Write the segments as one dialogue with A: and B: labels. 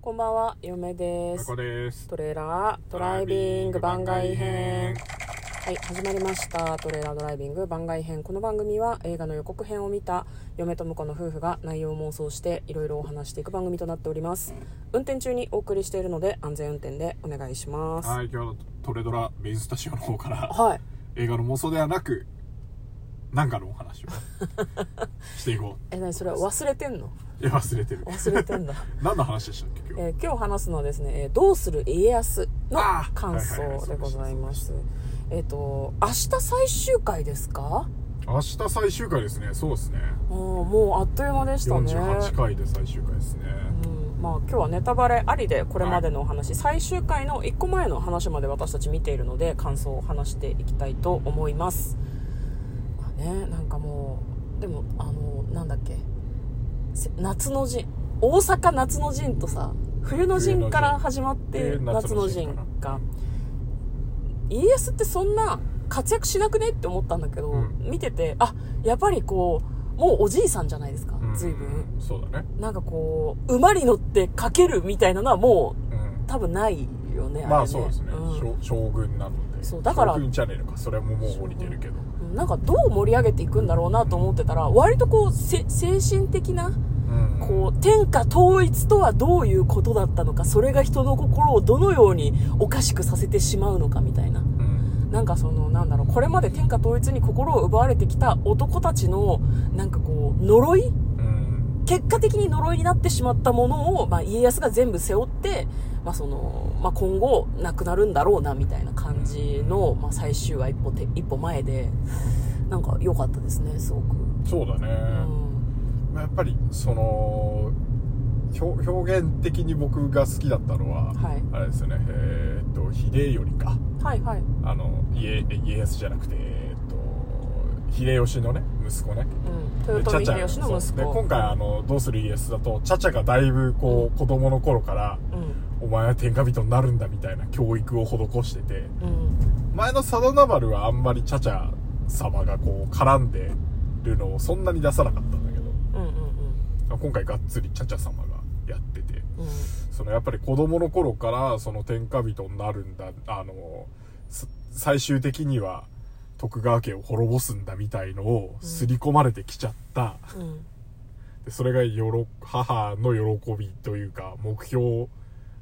A: こんばんは、嫁で
B: こ
A: す
B: こ。です。
A: トレーラードライビング番外編。はい、始まりました。トレーラードライビング番外編。この番組は映画の予告編を見た嫁と婿の夫婦が内容を妄想していろいろお話していく番組となっております。運転中にお送りしているので安全運転でお願いします。は
B: はい、今日のトレドラメインスタジオの方から
A: い。
B: 映画の妄想ではなく、なんかのお 話をしていこ
A: え、なにそれ忘れてんの
B: う。いや、忘れてる。
A: 忘れて んだ。
B: 何の話でしたっけ、今日。
A: えー今日話すのはですね、えーどうする家康の
B: あー
A: 感
B: はいはいは
A: 想
B: いそ
A: で
B: うで
A: ご
B: した
A: ざいます。えっ、と、明日最終回ですか
B: 明日最終回ですね。そうですね。
A: あーもうあっという間でしたね。
B: 48回で最終回ですね。
A: うんまあ、今日はネタバレありでこれまでのお話、最終回の1個前の話まで私たち見ているので感想を話していきたいと思います、まあね、なんかもうでもあのなんだっけせ夏の陣大阪夏の陣とさ冬の陣から始まって
B: 冬の陣
A: 夏の陣が家康ってそんな活躍しなくねって思ったんだけど、
B: うん
A: 見ててあやっぱりこうもうおじいさんじゃないですか
B: うん
A: 随分。
B: そうだね。
A: なんかこう馬に乗ってかけるみたいなのはも
B: うん
A: う。多分ないよね
B: ま
A: れ
B: あそうですね、
A: うん
B: 将将軍なので
A: そうだから
B: 将軍チャンネルかそれももう降りてるけど
A: なんかどう盛り上げていくんだろうなと思ってたら割とこうせ精神的な
B: うん
A: こう天下統一とはどういうことだったのかそれが人の心をどのようにおかしくさせてしまうのかみたいな
B: うん
A: なんかそのなんだろうこれまで天下統一に心を奪われてきた男たちのなんかこう呪い
B: うん
A: 結果的に呪いになってしまったものを、まあ、家康が全部背負って、まあそのまあ、今後なくなるんだろうなみたいな感じの、まあ、最終話一歩手一歩前でなんか良かったですねすごく、
B: そうだ
A: う
B: ね、
A: ん
B: まあ、やっぱりその表表現的に僕が好きだったのは、
A: はい、
B: あれですよねえーっと秀頼か
A: はいはい
B: あの家家康じゃなくてえーっと秀吉のね息子ね
A: うん、豊臣秀
B: 茶々
A: 吉の息
B: そ
A: 子
B: うで今回あの「どうする家康」だと茶々がだいぶこう子供の頃から
A: うん
B: お前は天下人になるんだみたいな教育を施してて
A: うん
B: 前の佐渡原はあんまり茶々様がこう絡んでるのをそんなに出さなかったんだけど
A: うんうん
B: 今回がっつり茶々様がやってて
A: うんうん
B: そのやっぱり子供の頃からその天下人になるんだあのす最終的には徳川家を滅ぼすんだみたいのを
A: うん
B: 刷り込まれてきちゃった、
A: うん
B: でそれがよろ母の喜びというか目標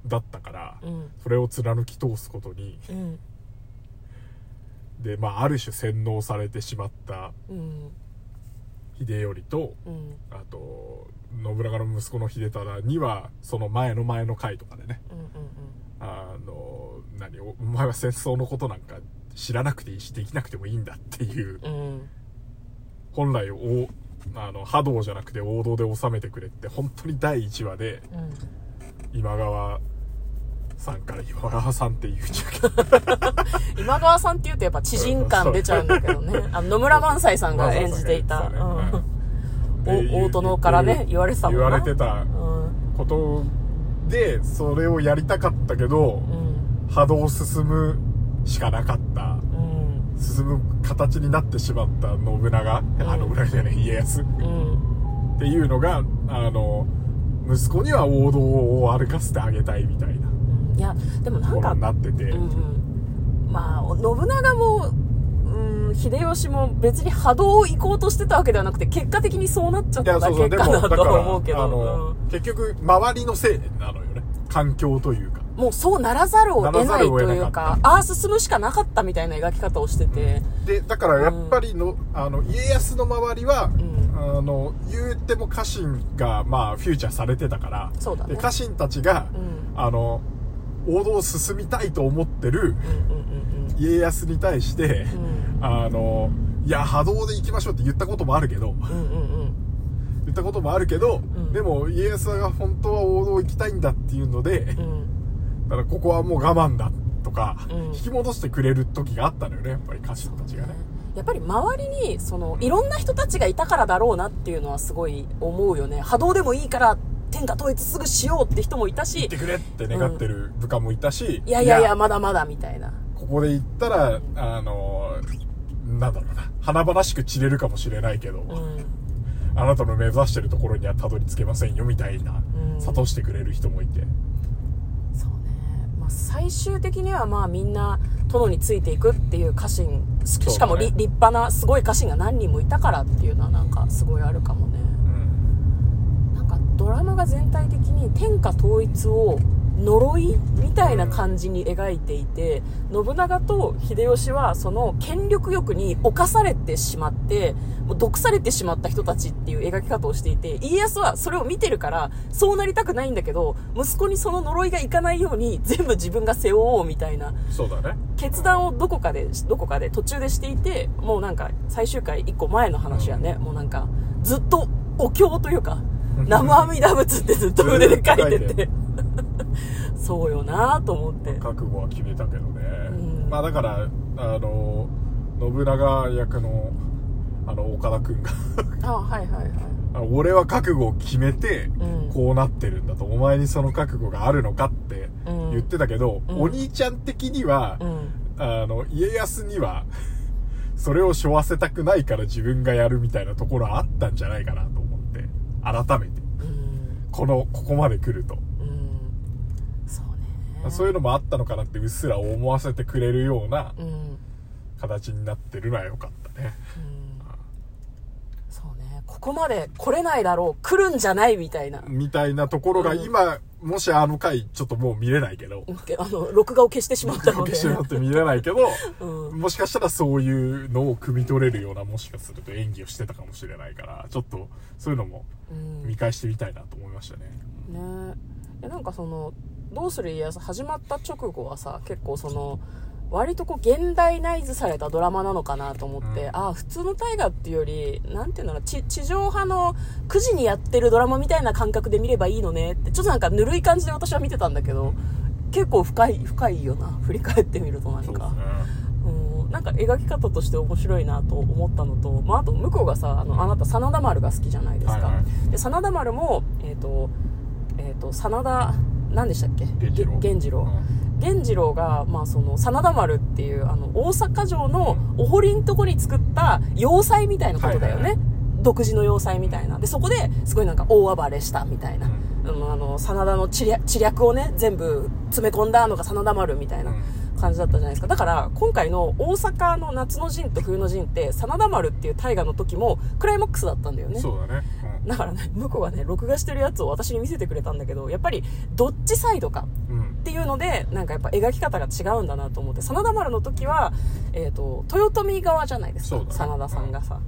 B: だったから、
A: うん
B: それを貫き通すことに
A: うん
B: で、まあ、ある種洗脳されてしまった
A: うん
B: 秀頼と
A: うん
B: あと信長の息子の秀忠にはその前の前の回とかでね
A: うん
B: あの何おお前は戦争のことなんか知らなくていいしできなくてもいいんだっていう
A: うんうん
B: 本来をあの波動じゃなくて王道で収めてくれって本当に第1話で
A: うん
B: 今川さんから今川さんって言うちゃう
A: 今川さんって言うとやっぱ知人感出ちゃうんだけどねあの野村萬斎さんが演じていた、うん
B: けど
A: お
B: で言う
A: 大殿からね言われてたもん
B: 言
A: な
B: われてた
A: うん
B: ことでそれをやりたかったけど
A: うん
B: 波動を進むしかなかった
A: うん
B: 進む形になってしまった信長、あ信長じゃない家康
A: うん
B: っていうのがあの息子には王道を歩かせてあげたいみたいな
A: うんいやでもな
B: と
A: ん
B: ころ
A: か
B: になってて、
A: うんうんまあ信長もうん秀吉も別に波動を行こうとしてたわけではなくて結果的にそうなっちゃっ
B: い
A: た
B: や
A: だ
B: そうそう
A: け
B: で
A: か
B: もだ
A: な
B: か
A: とは
B: ら
A: 思うけど
B: あの、結局周りのせいなのよね環境というか
A: うんもうそうならざるを得
B: ならざ
A: ない
B: るを
A: と
B: 得なかった
A: いうかああ進むしかなかったみたいな描き方をしてて
B: でだからやっぱりの、あの家康の周りは、
A: ん
B: あの言うても家臣がまあフューチャーされてたから
A: そうだね
B: で家臣たちが、
A: うん
B: あの王道を進みたいと思ってる
A: うんうん
B: 家康に対して、
A: うんうん
B: あのいや波動で行きましょうって言ったこともあるけど
A: うんうんうんうん
B: 言ったこともあるけど、
A: うん
B: でも家康が本当は王道行きたいんだっていうので、だ
A: うん
B: からここはもう我慢だとか、
A: うん
B: 引き戻してくれる時があったのよねやっぱり家臣たちがね
A: やっぱり周りにそのいろんな人たちがいたからだろうなっていうのはすごい思うよね波動でもいいから天下統一すぐしようって人もいた
B: 行
A: し
B: ってくれって願ってる部下もいたし、
A: いやいやいやまだまだみたいな
B: ここで行ったらあのなんだろうな華々しく散れるかもしれないけど、
A: うん
B: あなたの目指してるところにはたどり着けませんよみたいな、
A: うん
B: 諭してくれる人もいて
A: あ最終的にはまあみんな殿についていくっていう家臣ししかも
B: そうだね
A: り、立派なすごい家臣が何人もいたからっていうのはなんかすごいあるかもね
B: うん
A: なんかドラマが全体的に天下統一を呪いみたいな感じに描いていて、信長と秀吉はその権力欲に侵されてしまってもう毒されてしまった人たちっていう描き方をしていて家康はそれを見てるからそうなりたくないんだけど息子にその呪いがいかないように全部自分が背負おうみたいな
B: そうだね
A: 決断をどこかで、どこかで途中でしていて、もうなんか最終回一個前の話やね、もうなんかずっとお経というか、南無阿弥陀仏ってずっと腕で書いて
B: ずっと書いて
A: て、そうよなぁと思って。
B: 覚悟は決めたけどね、
A: うん
B: まあだからあの信長役のあの岡田君が
A: あ、はいはいはい。
B: 俺は覚悟を決めて
A: うん
B: こうなってるんだと、お前にその覚悟があるのかって
A: うん
B: 言ってたけど、
A: うん
B: お兄ちゃん的には、
A: うん。
B: あの家康には それを背負わせたくないから自分がやるみたいなところはあったんじゃないかなと思って改めて
A: うん。
B: このここまで来ると
A: うん。そうね。
B: そういうのもあったのかなってうっすら思わせてくれるような
A: うん。うん。
B: 形になってるのは良かったね。
A: そうね。ここまで来れないだろう、来るんじゃないみたいな。
B: みたいなところが
A: うん
B: 今、もしあの回ちょっともう見れないけど、
A: あの、録画を消してしまったので。
B: しまって見れないけど、
A: うん。
B: もしかしたらそういうのを汲み取れるような、もしかすると演技をしてたかもしれないから、ちょっとそういうのも
A: うん
B: 見返してみたいなと思いましたね。
A: ねえなんかその「どうする家康」始まった直後はさ結構その割とこう現代ナイズされたドラマなのかなと思って、
B: うん
A: ああ普通の大河っていうよりなんていうのかな地地上波の9時にやってるドラマみたいな感覚で見ればいいのねってちょっとなんかぬるい感じで私は見てたんだけど結構深い深いよな振り返ってみるとなん
B: そうで
A: か
B: すね。
A: うんなんか描き方として面白いなと思ったのと、まあ、あと向こうがさあのあなた真田丸が好きじゃないですか、
B: はいは
A: で真田丸もえっ、とえっ、と真田何でしたっけ
B: 源次郎
A: げ源次郎
B: う
A: 源次郎が、まあ、その真田丸っていうあの大阪城のお堀んとこに作った要塞みたいなことだよね、
B: はいはい
A: 独自の要塞みたいなでそこですごいなんか大暴れしたみたいな、
B: う
A: あのあの真田の知略知略をね全部詰め込んだのが真田丸みたいな、
B: んうん
A: 感じだったじゃないですかだから今回の大阪の夏の陣と冬の陣って真田丸っていう大河の時もクライマックスだったんだよね
B: そうだね。
A: だからね向こうがね録画してるやつを私に見せてくれたんだけどやっぱりどっちサイドか
B: うん。うん
A: っ。ていうのでなんかやっぱ描き方が違うんだなと思って真田丸の時は、えー、と豊臣側じゃないですか、
B: そうだね
A: 真田さんがさ、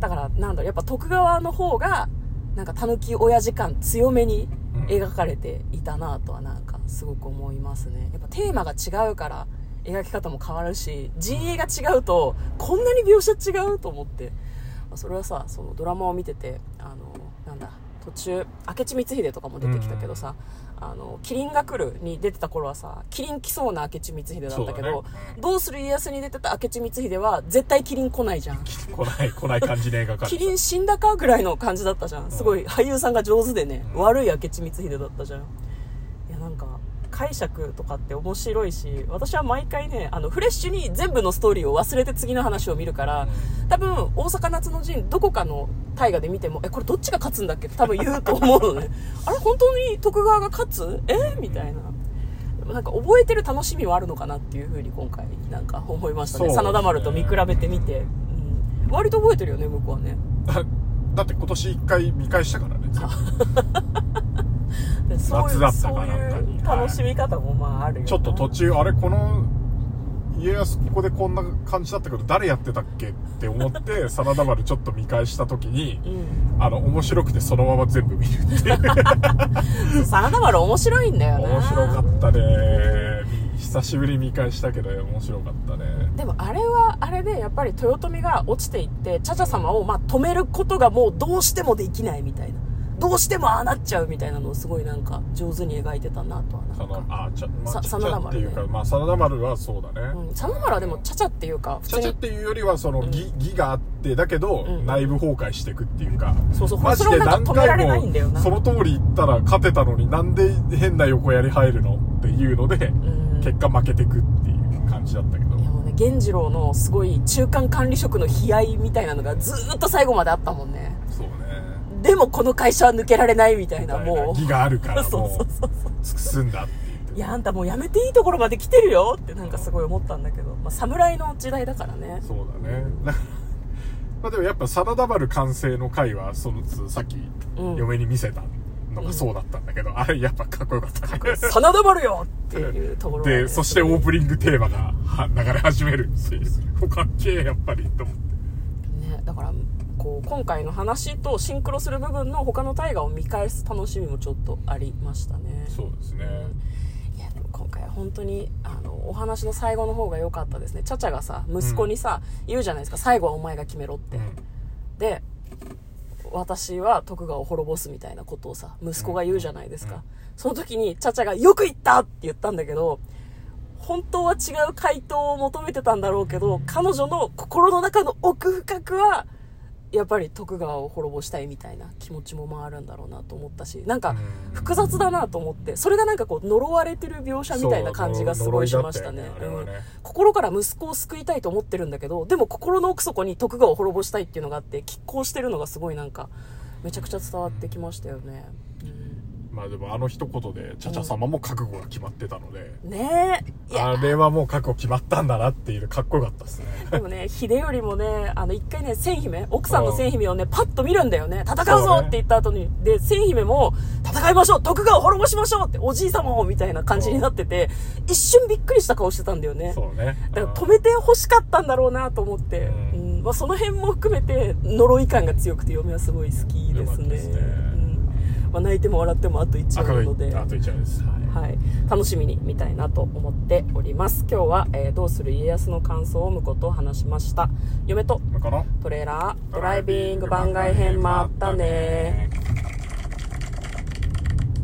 A: だからなんだろうやっぱ徳川の方がなんかたぬき親父感強めに描かれていたなとはなんかすごく思いますねやっぱテーマが違うから描き方も変わるし陣営が違うとこんなに描写違うと思ってまあそれはさそのドラマを見ててあのなんだ途中明智光秀とかも出てきたけどさ「あのキリンが来る」に出てた頃はさキリン来そうな明智光秀だったけど
B: そうだね
A: 「どうする家康」に出てた明智光秀は絶対キリン来ないじゃん。
B: 来ない、来ない感じで描かれ
A: キ
B: て
A: リン死んだかぐらいの感じだったじゃんすごい俳優さんが上手でね、
B: うん
A: 悪い明智光秀だったじゃんいやなんか解釈とかって面白いし私は毎回ねあのフレッシュに全部のストーリーを忘れて次の話を見るから、多分大阪夏の陣どこかの大河で見てもえこれどっちが勝つんだっけって多分言うと思 うのねあれ本当に徳川が勝つえみたいなでもなんか覚えてる楽しみはあるのかなっていうふうに今回なんか思いましたね
B: そうですね
A: 真田丸と見比べてみて、うん、割と覚えてるよね向こうはね
B: だ だって今年一回見返したからね。
A: でそういう
B: 夏だったかなん
A: そ
B: か
A: うい
B: に
A: う楽しみ方もまああるよな
B: ちょっと途中、あれ、この、家康ここでこんな感じだったけど、誰やってたっけって思って、 真田丸ちょっと見返した時に、
A: うん
B: あの、面白くてそのまま全部見るっていう。
A: 真田丸面白いんだよね
B: 面白かったね。久しぶりに見返したけど、面白かったね。
A: でもあれはあれでやっぱり豊臣が落ちていって茶々様をまあ止めることがもうどうしてもできないみたいなどうしてもああなっちゃうみたいなのをすごいなんか上手に描いてたなとはなん
B: その
A: か、
B: あ、ちゃ、まあ、
A: さ
B: ちゃ
A: 真
B: ち
A: 田
B: ゃ
A: 丸ね
B: っていうか、まあ、真田丸はそうだね。
A: うん、真田丸はでも茶々っていうか普
B: ち
A: 通
B: ゃちゃっ
A: に
B: ていうよりは、その、義、義があって、だけど、
A: うん
B: 内部崩壊していくっていうか、
A: そうそう
B: マジで
A: そ
B: 何
A: れをなんか止められ
B: 回
A: ないんだよ
B: も
A: な
B: その通り言ったら勝てたのになんで変な横やり入るのっていうので
A: ん
B: 結果負けてくっていう感じだったけど
A: いやもうね源次郎のすごい中間管理職の悲哀みたいなのがずーっと最後まであったもんね
B: そうね
A: でもこの会社は抜けられないみたいなもう
B: 義があるか ら
A: そう
B: も
A: そうそう
B: う尽くすんだって言ってけど
A: いやあんたもうやめていいところまで来てるよってなんかすごい思ったんだけど、まあ、侍の時代だから ね
B: そうだねまあでもやっぱサラダバル完成の回はそのつさっき
A: うん
B: 嫁に見せたのがそうだったんだけど、あれやっぱかっこよかったね
A: 「真田丸よ!」っていうところがね
B: でそしてオープニングテーマがは流れ始めるっていうかっけえやっぱりと思って
A: ね、だからこう今回の話とシンクロする部分の他の大河を見返す楽しみもちょっとありましたね
B: そうですね
A: いやでも今回は本当にあのお話の最後の方が良かったですねチャチャがさ息子にさ、言うじゃないですか最後はお前が決めろって、で私は徳川を滅ぼすみたいなことをさ息子が言うじゃないですか、
B: うんうん
A: その時にチャチャが「よく言った!」って言ったんだけど本当は違う回答を求めてたんだろうけど彼女の心の中の奥深くはやっぱり徳川を滅ぼしたいみたいな気持ちも回るんだろうなと思ったしなんか
B: うん
A: 複雑だなと思ってそれがなんかこう呪われてる描写みたいな感じがすごいしましたね
B: そう呪いだったよねあれはね
A: うん心から息子を救いたいと思ってるんだけどでも心の奥底に徳川を滅ぼしたいっていうのがあって拮抗してるのがすごいなんかめちゃくちゃ伝わってきましたよね、
B: まあでもあの一言でチャチャ様も覚悟が決まってたので、
A: うんねえいや
B: あれはもう覚悟決まったんだなっていうかっこよかったですね
A: でもね 秀頼もねあの一回ね千姫奥さんの千姫をねパッと見るんだよね戦う
B: そ
A: ぞ
B: う
A: っ
B: ね
A: て言った後に、で千姫も戦いましょう徳川を滅ぼしましょうっておじい様をみたいな感じになってて一瞬びっくりした顔してたんだよね
B: そうね
A: だから止めて欲しかったんだろうなと思って、う
B: うん
A: まあ、その辺も含めて呪い感が強くて嫁はすごい好きで
B: よかっ
A: す
B: た
A: ね
B: ですね
A: うんまあ、泣いても笑ってもあと1
B: あ
A: 話なの
B: と
A: で
B: あと一話です、
A: はい、楽しみに見たいなと思っております今日は、えーどうする家康」の感想を婿と話しました嫁と
B: この
A: トレーラードライビング番外編もあったね
B: ー